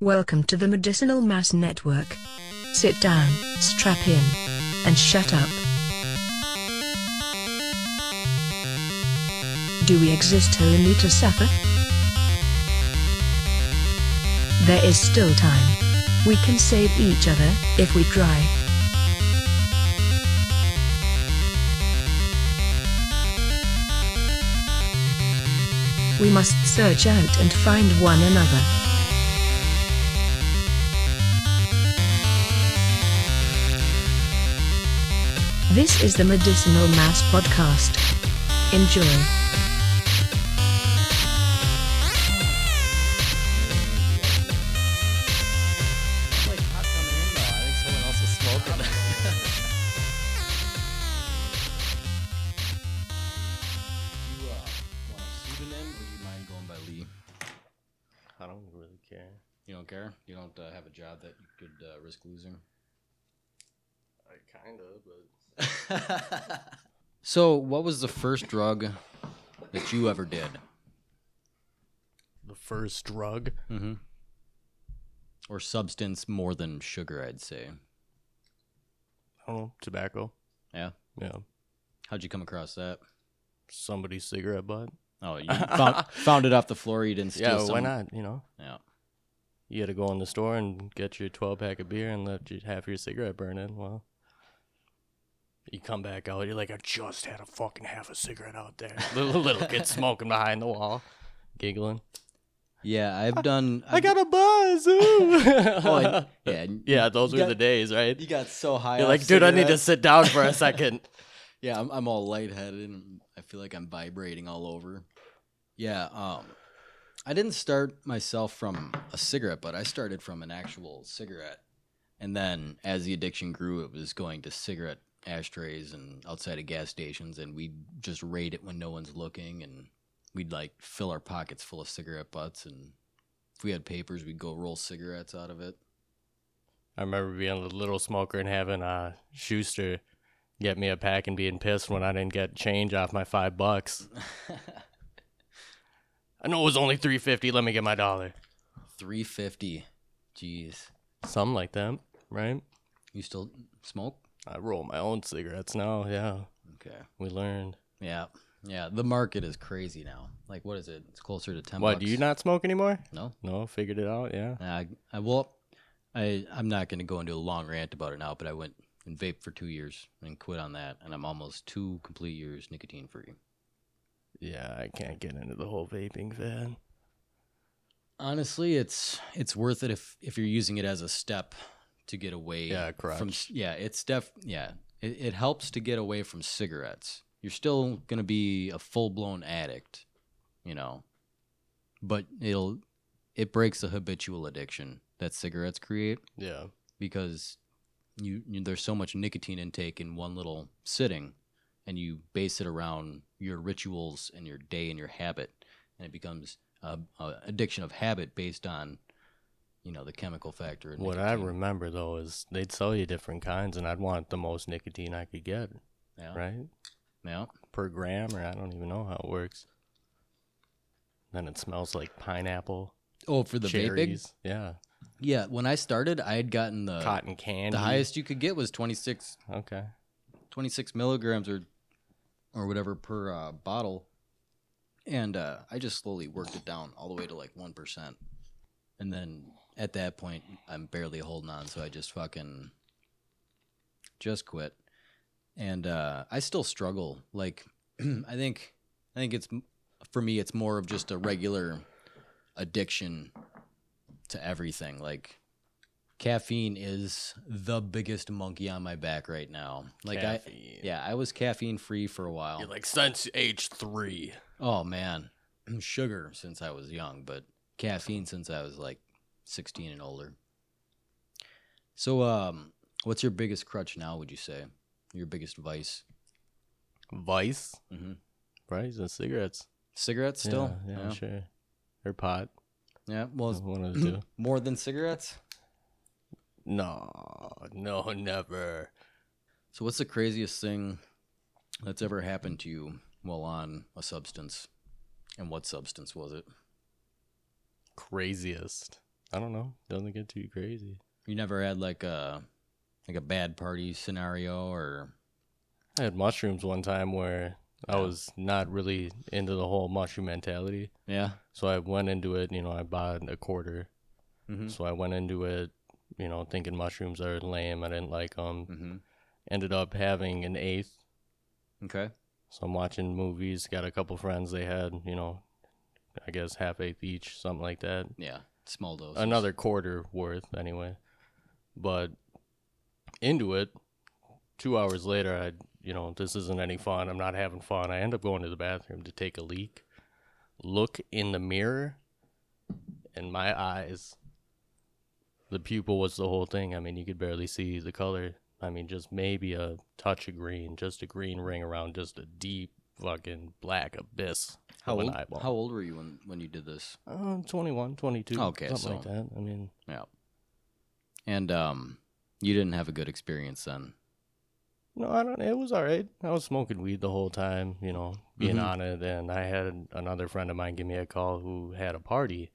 Welcome to the Medicinal Mass Network. Sit down, strap in, and shut up. Do we exist only to suffer? There is still time. We can save each other if we try. We must search out and find one another. This is the Medicinal Mass Podcast. Enjoy. like hot coming in though. I think someone else is smoking. you uh, want a pseudonym or do you mind going by Lee? I don't really care. You don't care. You don't uh, have a job that you could uh, risk losing. I kind of, but so, what was the first drug that you ever did? the first drug. Mm-hmm. Or substance more than sugar, I'd say. Oh, tobacco. Yeah. Yeah, How'd you come across that? somebody's cigarette butt. Oh, you found, found it off the floor. You didn't steal. yeah, why some- not? You know, Yeah. you had to go in the store and get your twelve pack of beer and left your, half your cigarette burning. Well, you come back out, you're like, I just had a fucking half a cigarette out there. little little kid smoking behind the wall, giggling. Yeah, I've done. I I've- got a buzz. ooh." Oh, and- yeah, and yeah, those you were got- the days, right? You got so high. You're off like, dude, I need to cigarettes." sit down for a second. Yeah, I'm, I'm all lightheaded and I feel like I'm vibrating all over. Yeah, um, I didn't start myself from a cigarette, but I started from an actual cigarette. And then as the addiction grew, it was going to cigarette ashtrays and outside of gas stations, and we'd just raid it when no one's looking, and we'd like fill our pockets full of cigarette butts, and if we had papers, we'd go roll cigarettes out of it. I remember being a little smoker and having uh, Schuster get me a pack and being pissed when I didn't get change off my five bucks. I know it was only three fifty. Let me get my dollar. 350. Jeez. Something like that, right? You still smoke? I roll my own cigarettes now. Yeah, Okay. we learned. Yeah. Yeah. The market is crazy now. Like, what is it? It's closer to 10 Why bucks. do you not smoke anymore? No. No, figured it out. Yeah, Nah, I, I, well, I, I'm not going to go into a long rant about it now, but I went and vaped for two years and quit on that. And I'm almost two complete years nicotine free. yeah. I can't get into the whole vaping fan. Honestly, it's it's worth it if if you're using it as a step to get away. Yeah, correct. From c- yeah, it's def yeah. It, it helps to get away from cigarettes. You're still gonna be a full blown addict, you know, but it'll it breaks the habitual addiction that cigarettes create Yeah, because you, you there's so much nicotine intake in one little sitting and you base it around your rituals and your day and your habit and it becomes a, a addiction of habit based on you know the chemical factor in what I nicotine. remember though is they'd sell you different kinds, and I'd want the most nicotine I could get. yeah. Right. yeah per gram, or I don't even know how it works. Then it smells like pineapple, oh for the vaping cherries, yeah, yeah when i started i had gotten the cotton candy. Uh, the highest you could get was 26 Okay. 26 milligrams or or whatever per uh, bottle and uh, i just slowly worked it down all the way to like 1% and then at that point i'm barely holding on so i just fucking just quit and uh, i still struggle like i think i think it's m- for me it's more of just a regular addiction to everything like caffeine is the biggest monkey on my back right now like i Caffeine. yeah, I was caffeine free for a while. You're like since age three. oh man, sugar since I was young, but caffeine since I was like 16 and older. So, um, what's your biggest crutch now? Would you say your biggest vice? Vice, Mm-hmm. right? And cigarettes. Cigarettes still? Yeah, yeah, yeah. sure. Or pot. Yeah, Well, One of the two. more than cigarettes. No, no, never. So, what's the craziest thing that's ever happened to you while on a substance? And what substance was it? Craziest. I don't know. Doesn't get too crazy. You never had like a like a bad party scenario or I had mushrooms one time where I Yeah. was not really into the whole mushroom mentality. yeah. So I went into it, you know, I bought a quarter. Mm-hmm. So I went into it, you know, thinking mushrooms are lame. I didn't like them. Mm-hmm. Ended up having an eighth. Okay. So I'm watching movies. Got a couple friends. They had, you know, I guess half eighth each, something like that. Yeah. Small dose. another quarter worth anyway. But into it, two hours later, I you know this isn't any fun. I'm not having fun. I end up going to the bathroom to take a leak. Look in the mirror, and my eyes, the pupil was the whole thing. I mean, you could barely see the color. I mean, just maybe a touch of green, just a green ring around, just a deep fucking black abyss. How of an old, eyeball. how old were you when, when you did this? Uh, 21, 22, Okay, something like so- that. I mean, Yeah. And um you didn't have a good experience then. No, I don't. It was all right. I was smoking weed the whole time, you know, being Mhm. on it. And I had another friend of mine give me a call who had a party,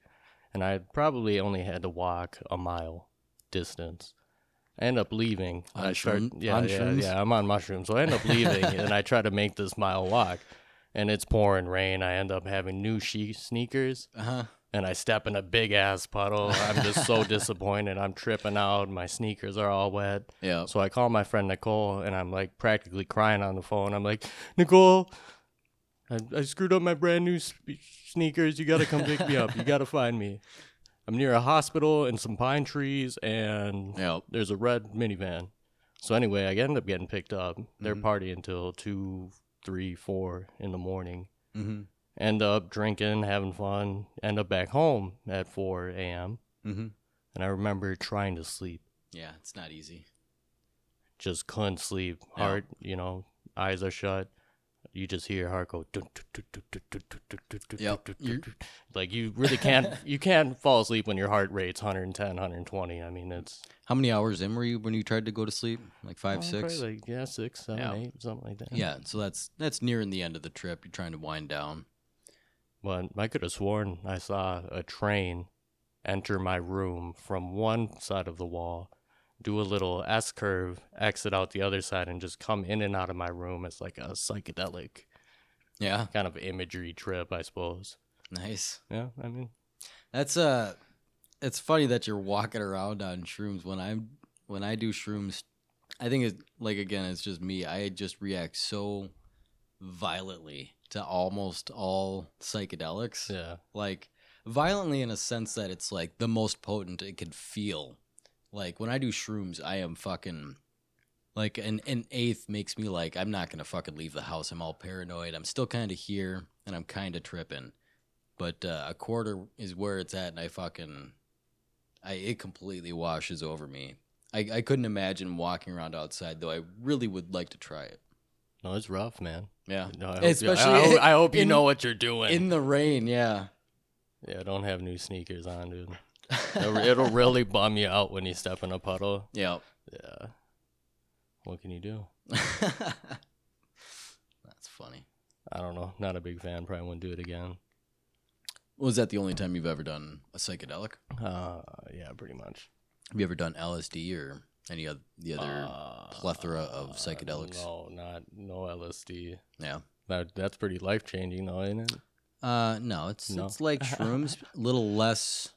and I probably only had to walk a mile distance. I end up leaving. On I start, shroom- yeah, on yeah, shrooms? yeah. I'm on mushrooms, so I end up leaving, and I try to make this mile walk, and it's pouring rain. I end up having new she- sneakers, Uh-huh. and I step in a big ass puddle. I'm just so disappointed. I'm tripping out. My sneakers are all wet. Yeah. So I call my friend Nicole and I'm like practically crying on the phone. I'm like, Nicole, I, I screwed up my brand new sp- sneakers. You got to come pick me up. You got to find me. I'm near a hospital and some pine trees, and Yeah. there's a red minivan. So anyway, I end up getting picked up. They're Mhm. partying until two, three, four in the morning. Mm-hmm. End up drinking, having fun. End up back home at 4 a.m. Mm-hmm. And I remember trying to sleep. Yeah, it's not easy. just couldn't sleep. Yeah. Heart, you know, eyes are shut. You just hear heart go. dun, dun, dun, dun, dun, dun, dun, dun, dun, dun, Yep. dun, You're- dun, dun. Like you really can't you can't fall asleep when your heart rate's 110, 120. I mean, it's How many hours in were you when you tried to go to sleep? Uh, Like five, Oh, probably six? like yeah, six, seven, eight, Yeah. something like that. yeah, so that's that's nearing the end of the trip. You're trying to wind down. But I could have sworn I saw a train enter my room from one side of the wall, do a little S curve, exit out the other side, and just come in and out of my room as like a psychedelic Yeah. kind of imagery trip, I suppose. Nice. Yeah, I mean, That's uh it's funny that you're walking around on shrooms. When I'm when I do shrooms, I think it like again, it's just me. I just react so violently to almost all psychedelics. yeah, Like violently in a sense that it's like the most potent it could feel. Like when I do shrooms, I am fucking like an an eighth makes me like I'm not gonna fucking leave the house. I'm all paranoid. I'm still kind of here and I'm kind of tripping, but uh, a quarter is where it's at, and I fucking I it completely washes over me. I, I couldn't imagine walking around outside though. I really would like to try it. no, it's rough, man. Yeah, No, I hope Especially you, I, hope, I hope you in- know what you're doing. in the rain. Yeah, yeah, don't have new sneakers on, dude. It'll, it'll really bum you out when you step in a puddle. yeah. Yeah, what can you do? That's funny. I don't know. Not a big fan. Probably wouldn't do it again. Was that the only time you've ever done a psychedelic? Uh, yeah, pretty much. Have you ever done LSD or any other the other? plethora of Uh, psychedelics. No, not no LSD. yeah. That that's pretty life changing, though, isn't it? Uh, no, it's No? it's like shrooms, a little less.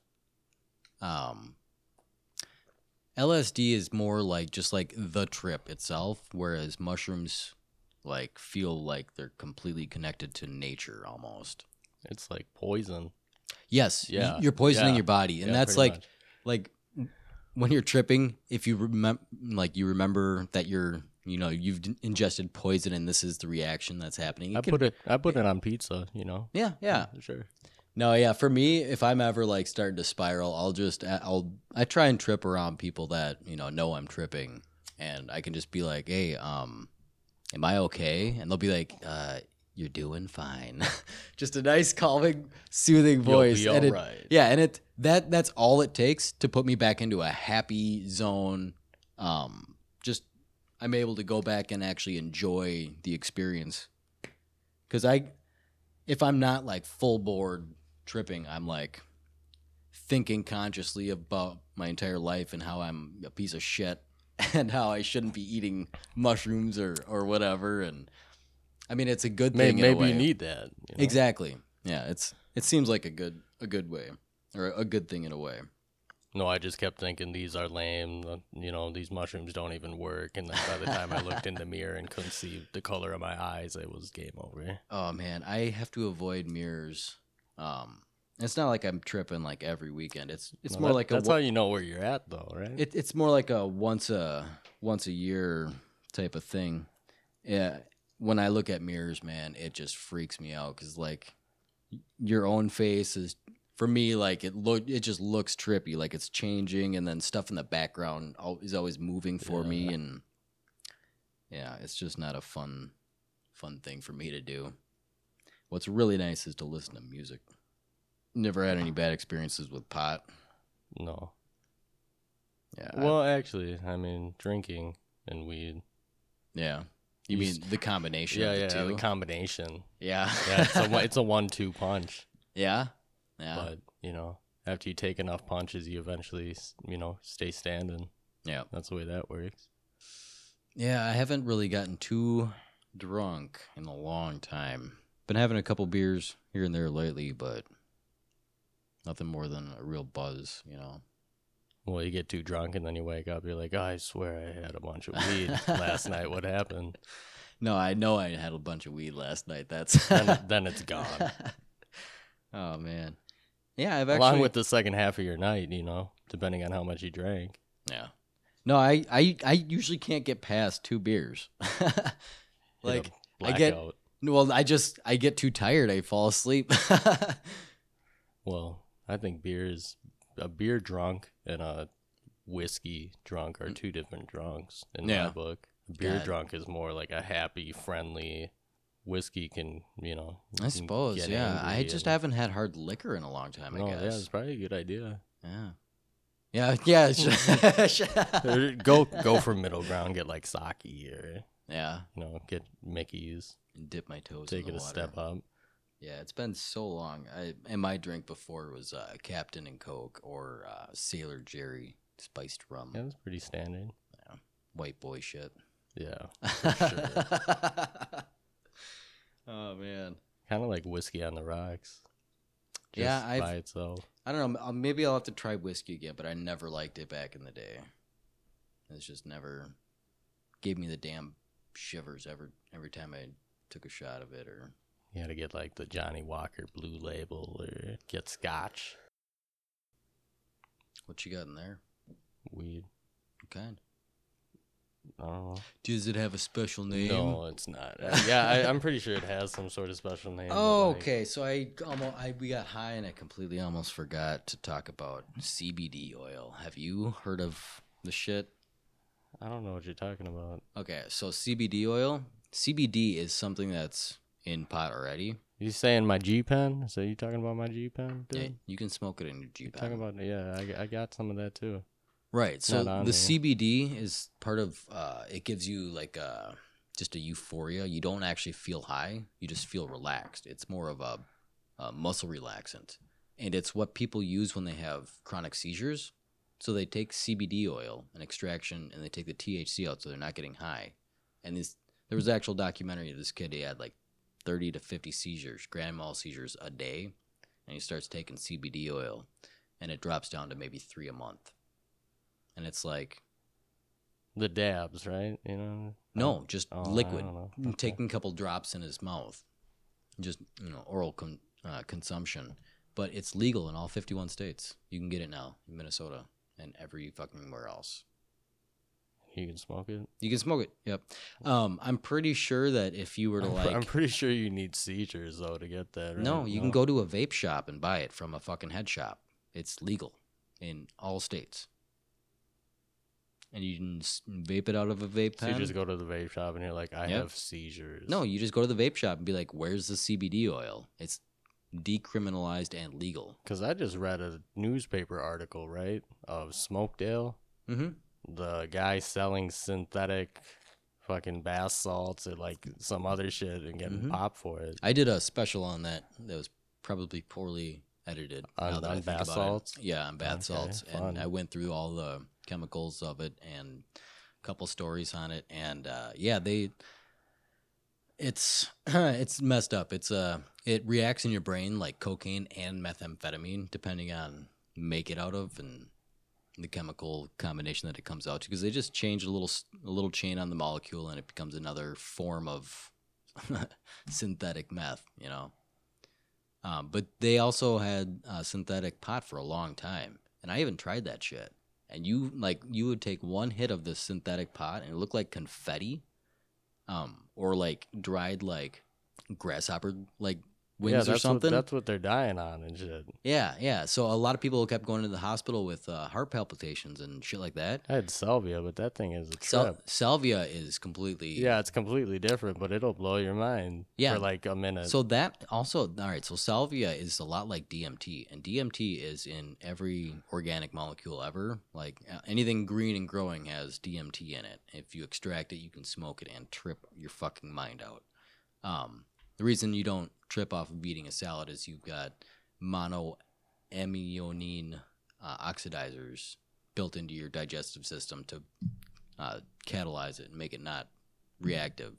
Um, LSD is more like just like the trip itself, whereas mushrooms like feel like they're completely connected to nature almost. It's like poison. Yes, y- Yeah, you're poisoning yeah, your body, and Yeah, that's pretty like much. like when you're tripping, if you remember, like you remember that you're you know you've d- ingested poison, and this is the reaction that's happening. It I can- put it. I put it on pizza. You know. yeah, yeah. sure. No, yeah. For me, if I'm ever like starting to spiral, I'll just I'll I try and trip around people that you know know I'm tripping, and I can just be like, "Hey, um, am I okay?" And they'll be like, "Uh, you're doing fine." just a nice, calming, soothing voice, You'll and be it, all right. yeah, and it that that's all it takes to put me back into a happy zone. Um, just I'm able to go back and actually enjoy the experience because I, if I'm not like full board tripping, I'm like thinking consciously about my entire life and how I'm a piece of shit and how I shouldn't be eating mushrooms or or whatever. And I mean, it's a good May- thing. Maybe, in a way. you need that. you know? exactly. Yeah, it's it seems like a good a good way or a good thing in a way. No, I just kept thinking these are lame. uh, You know, these mushrooms don't even work. And then by the time I looked in the mirror and couldn't see the color of my eyes, it was game over. Oh man, I have to avoid mirrors. Um, it's not like I'm tripping like every weekend. It's it's No, more that- like a that's wo- how you know where you're at, though, right? It, it's more like a once a once a year type of thing. Yeah, when I look at mirrors, man, it just freaks me out because like your own face is for me like it look it just looks trippy, like it's changing, and then stuff in the background al- is always moving for me, Yeah. and yeah, it's just not a fun fun thing for me to do. What's really nice is to listen to music. Never had any bad experiences with pot. no. Yeah, I- Well, actually, I mean, drinking and weed. Yeah. You You mean s- the combination yeah, of the yeah, two? the combination. yeah. Yeah, it's a, one- it's a one-two punch. yeah. Yeah. But you know, after you take enough punches, you eventually, s- you know, stay standing. Yeah. That's the way that works. Yeah, I haven't really gotten too drunk in a long time. Been having a couple beers here and there lately, but nothing more than a real buzz, you know. Well, you get too drunk and then you wake up. You're like, "Oh, I swear I had a bunch of weed last night. What happened? No, I know I had a bunch of weed last night. That's Then, then it's gone. oh man. Yeah, I've actually Along with the second half of your night, you know, depending on how much you drank. Yeah. No, I, I I usually can't get past two beers. You like know, I get- blackout. No, Well, I just I get too tired. I fall asleep. Well, I think beer is a beer drunk and a whiskey drunk are two different drunks in Mm. Yeah. my book. Beer God. drunk is more like a happy, friendly. Whiskey can, you know, I suppose, yeah. I just have. haven't had hard liquor in a long time. I No, Oh, yeah, it's guess. probably a good idea. Yeah. Yeah. Yeah. sh- Or go go for middle ground, get like sake or yeah. you know, get Mickey's, And dip my toes. take in it the a water. step up. Yeah, it's been so long. I and my drink before was uh, Captain and Coke or uh, Sailor Jerry spiced rum, Yeah, that's pretty standard. white boy shit. Yeah. For oh man. Kinda like whiskey on the rocks. Just Yeah, I've- by itself. I don't know. m- Maybe I'll have to try whiskey again, but I never liked it back in the day. It's just never gave me the damn shivers every every time I took a shot of it. Or You gotta get like the Johnny Walker blue label or get scotch. what you got in there? Weed. What kind? I don't know. Does it have a special name? No, it's not. Uh, yeah, I, I'm pretty sure it has some sort of special name. but, Oh, like, okay. So I almost I, we got high and I completely almost forgot to talk about CBD oil. Have you heard of the shit? I don't know what you're talking about. Okay, so CBD oil. CBD is something that's in pot already. You saying my G pen? So you talking about my G pen, dude? Yeah, you can smoke it in your G You're talking about yeah, I, I got some of that too. Right. So Not on the there. CBD is part of. Uh, it gives you like uh just a euphoria. You don't actually feel high. You just feel relaxed. It's more of a, a muscle relaxant, and it's what people use when they have chronic seizures. So they take CBD oil, an extraction, and they take the THC out, so they're not getting high. And this, there was an actual documentary of this kid. He had like thirty to fifty seizures, grand mal seizures a day, and he starts taking CBD oil, and it drops down to maybe three a month and it's like The dabs, right? You know? no, just Oh, I liquid. don't know. And Okay. Taking a couple drops in his mouth, just you know, oral con- uh, consumption. But it's legal in all 51 states. You can get it now in Minnesota and every fucking where else. You can smoke it. You can smoke it. Yep. Um, I'm pretty sure that if you were to I'm, like, pre- I'm pretty sure you need seizures though to get that. Right? no, you can go to a vape shop and buy it from a fucking head shop. It's legal in all states. And you can s- vape it out of a vape So pen. you just go to the vape shop and you're like, I Yep. have seizures. No, you just go to the vape shop and be like, "Where's the CBD oil?" It's decriminalized and legal. because I just read a newspaper article right of Smokedale, Mm-hmm. the guy selling synthetic fucking bath salts or like some other shit and getting Mhm. popped for it. I did a special on that. That was probably poorly edited. On- now that I on think bath about it. salts? Yeah, on bath Okay, salts. fun. And I went through all the chemicals of it and a couple stories on it. And uh, yeah, they it's it's messed up. It's uh it reacts in your brain like cocaine and methamphetamine, depending on make it out of and the chemical combination that it comes out to because they just change a little s- a little chain on the molecule and it becomes another form of synthetic meth you know um, but they also had uh, synthetic pot for a long time and i even tried that shit and you like you would take one hit of this synthetic pot and it looked like confetti um, or like dried like grasshopper like yeah, wings that's or something What, that's what they're dying on and shit. yeah, yeah. So a lot of people kept going to the hospital with uh, heart palpitations and shit like that. I had salvia, but that thing is a trip. Sal- salvia is completely yeah, it's completely different, but it'll blow your mind Yeah. for like a minute. So that also all right. So salvia is a lot like DMT, and DMT is in every organic molecule ever. Like uh, anything green and growing has DMT in it. If you extract it, you can smoke it and trip your fucking mind out. Um, the reason you don't trip off of eating a salad is you've got monoamine uh, oxidizers built into your digestive system to uh, catalyze it and make it not reactive.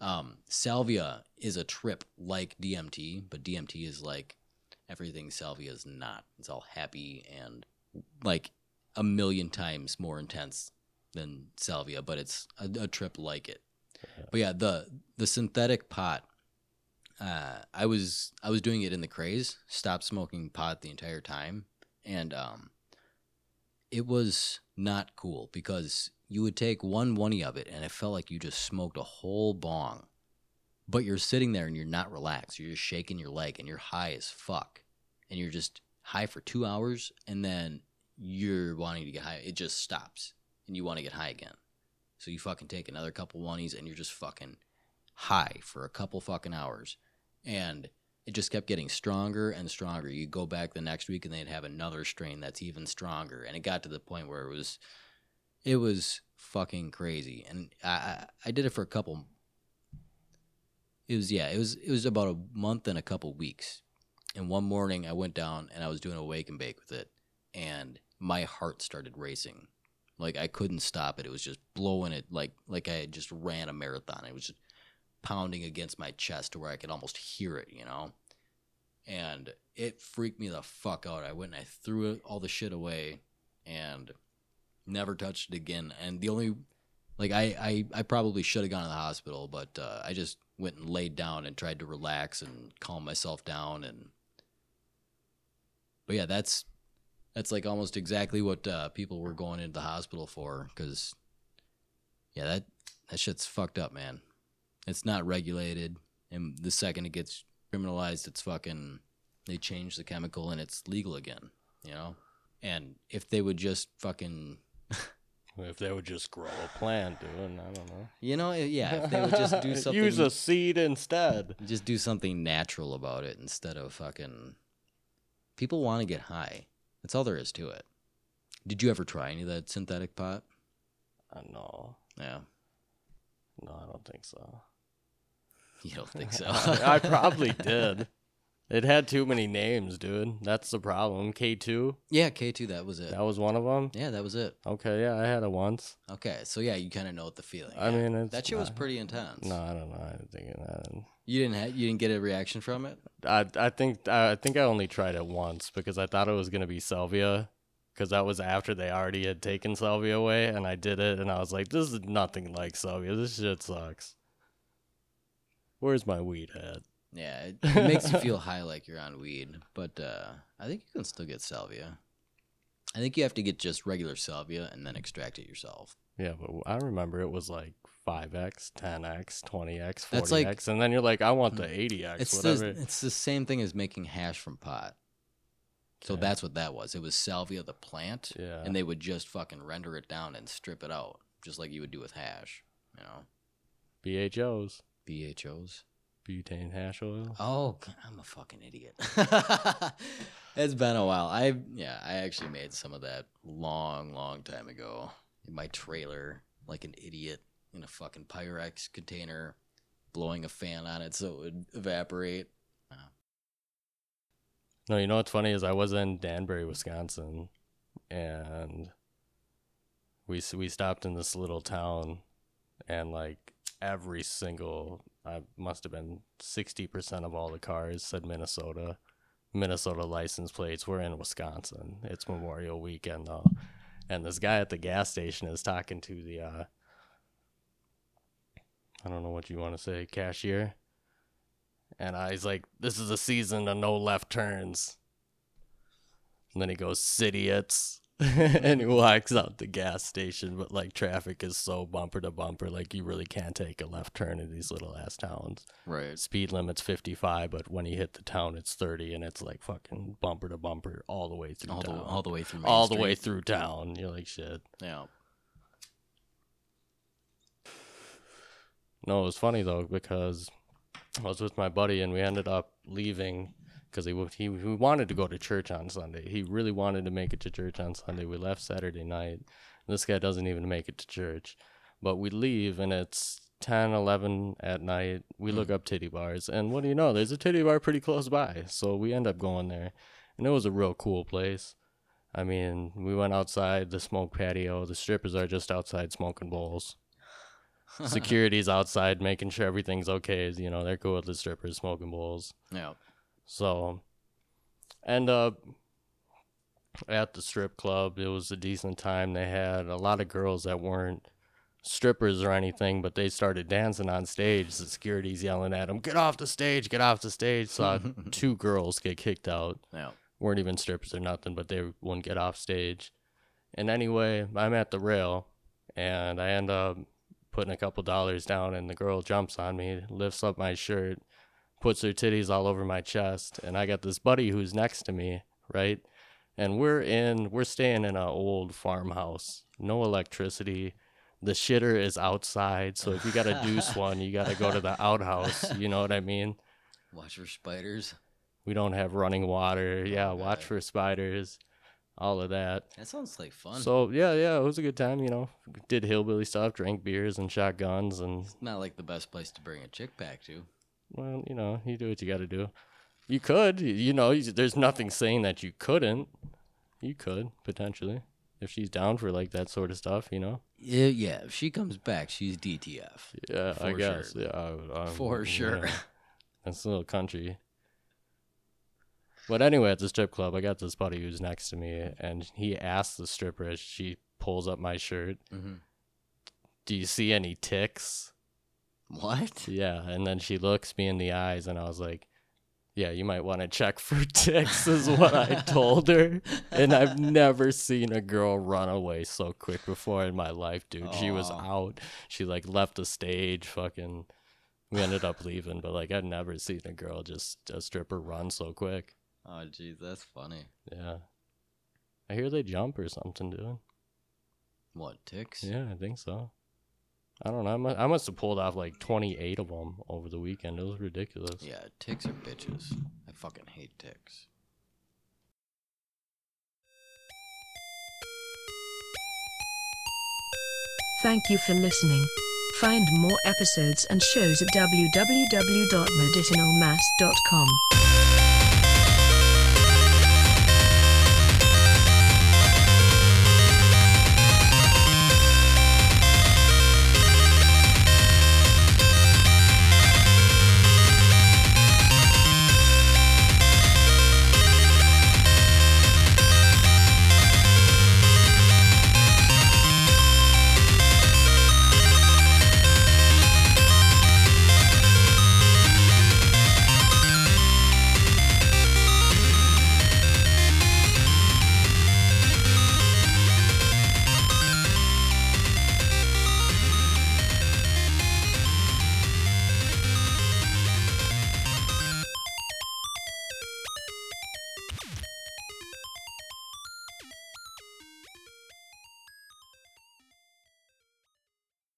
Um, salvia is a trip like DMT, but DMT is like everything salvia is not. It's all happy and like a million times more intense than salvia, but it's a, a trip like it. But yeah, the the synthetic pot. Uh, I was I was doing it in the craze. Stopped smoking pot the entire time, and um, it was not cool because you would take one oney of it and it felt like you just smoked a whole bong. But you're sitting there and you're not relaxed. You're just shaking your leg and you're high as fuck. And you're just high for two hours and then you're wanting to get high. It just stops and you want to get high again. So you fucking take another couple oneies and you're just fucking high for a couple fucking hours. And it just kept getting stronger and stronger. You go back the next week and they'd have another strain that's even stronger. And it got to the point where it was it was fucking crazy. And I I, I did it for a couple it was yeah, it was it was about a month and a couple weeks. And one morning I went down and I was doing a wake and bake with it and my heart started racing. Like I couldn't stop it. It was just blowing it like like I had just ran a marathon. It was just pounding against my chest to where I could almost hear it, you know? And it freaked me the fuck out. I went and I threw it- all the shit away and never touched it again. And the only, like, I, I, I probably should have gone to the hospital, but uh, I just went and laid down and tried to relax and calm myself down. And, but yeah, that's, that's like almost exactly what uh, people were going into the hospital for. Cause, yeah, that, that shit's fucked up, man it's not regulated and the second it gets criminalized it's fucking they change the chemical and it's legal again you know and if they would just fucking if they would just grow a plant, dude, I don't know. you know eh, yeah if they would just do something Use a seed instead. just do something natural about it instead of fucking people want to get high that's all there is to it did you ever try any of that synthetic pot Uh, no, no no, I don't think so. you don't think so I, I probably did. It had too many names, dude. That's the problem. K two, yeah k2 that was it that was one of them. yeah that was it Okay, yeah, I had it once. okay so yeah you kind of know what the feeling I yeah. mean, it's that shit was not- pretty intense No, I don't know. I didn't think of that. You didn't ha- you didn't get a reaction from it? I I think I think I only tried it once because I thought it was gonna be salvia, because that was after they already had taken salvia away, and I did it, and I was like, this is nothing like salvia. This shit sucks. Where's my weed at? Yeah, it, it makes you feel high like you're on weed, but uh, I think you can still get salvia. I think you have to get just regular salvia and then extract it yourself. Yeah, but I remember it was like five x, ten x, twenty x, That's forty like- x, and then you're like, I want the eighty x, It's whatever. the, it's the same thing as making hash from pot. So Okay. that's what that was. It was salvia the plant, yeah, and they would just fucking render it down and strip it out, just like you would do with hash. You know, BHOs, BHOs. butane hash oil. Oh, g- I'm a fucking idiot. it's been a while. I yeah, I actually made some of that long, long time ago in my trailer, like an idiot in a fucking Pyrex container, blowing a fan on it so it would evaporate. No, you know what's funny is I was in Danbury, Wisconsin, and we s- we stopped in this little town, and like every single, I must have been sixty percent of all the cars said Minnesota, Minnesota license plates. We're in Wisconsin. It's Memorial Weekend though, and this guy at the gas station is talking to the, uh, I don't know what you want to say, cashier. And I, he's like, this is a season of no left turns. And then he goes, idiots. and he walks out the gas station, but like traffic is so bumper to bumper, like you really can't take a left turn in these little ass towns. Right. Speed limit's 55, but when you hit the town, it's 30, and it's like fucking bumper to bumper all the way through All the, town. all the way through. Main all the way Street. through town. You're like, shit. Yeah. No, it was funny though because I was with my buddy and we ended up leaving because he, wa- he he wanted to go to church on Sunday. He really wanted to make it to church on Sunday. We left Saturday night. This guy doesn't even make it to church, but we leave and it's 10, 11 at night. We look up titty bars and what do you know? There's a titty bar pretty close by, so we end up going there, and it was a real cool place. I mean, we went outside the smoke patio. The strippers are just outside smoking bowls security's outside making sure everything's okay. You know, they're cool with the strippers smoking bowls. yeah. So, end up at the strip club. It was a decent time. They had a lot of girls that weren't strippers or anything, but they started dancing on stage. The security's yelling at them, "Get off the stage! Get off the stage!" Hmm. Saw two girls get kicked out Yeah. weren't even strippers or nothing, but they wouldn't get off stage. And anyway, I'm at the rail and I end up putting a couple dollars down, and the girl jumps on me, lifts up my shirt, puts her titties all over my chest, and I got this buddy who's next to me, right? And we're in, we're staying in an old farmhouse, no electricity. The shitter is outside, so if you got a deuce one, you got to go to the outhouse. You know what I mean? Watch for spiders. We don't have running water. Yeah, watch Okay. for spiders, all of that. That sounds like fun. So yeah, yeah, it was a good time. You know, did hillbilly stuff, drank beers and shot guns, and it's not like the best place to bring a chick back to. well, you know, you do what you got to do. You could, y- you know, you- there's nothing saying that you couldn't. You could potentially, if she's down for like that sort of stuff, you know. Yeah, yeah. If she comes back, she's DTF. Yeah, For I guess. sure. Yeah, I would- I would- For sure. yeah. That's a little country. But anyway, at the strip club, I got this buddy who's next to me, and he asked the stripper as she pulls up my shirt, hmm "Do you see any ticks?" What? Yeah, and then she looks me in the eyes, and I was like, "Yeah, you might want to check for ticks," is what I told her. And I've never seen a girl run away so quick before in my life, dude. She was Aw. out. She like left the stage, fucking. We ended up leaving, but like I'd never seen a girl just a stripper run so quick. Oh, jeez, that's funny. Yeah. I hear they jump or something, dude. What ticks? Yeah, I think so. I don't know. I must, I must have pulled off like 28 of them over the weekend. It was ridiculous. Yeah, ticks are bitches. I fucking hate ticks. Thank you for listening. Find more episodes and shows at www.medicinalmass.com.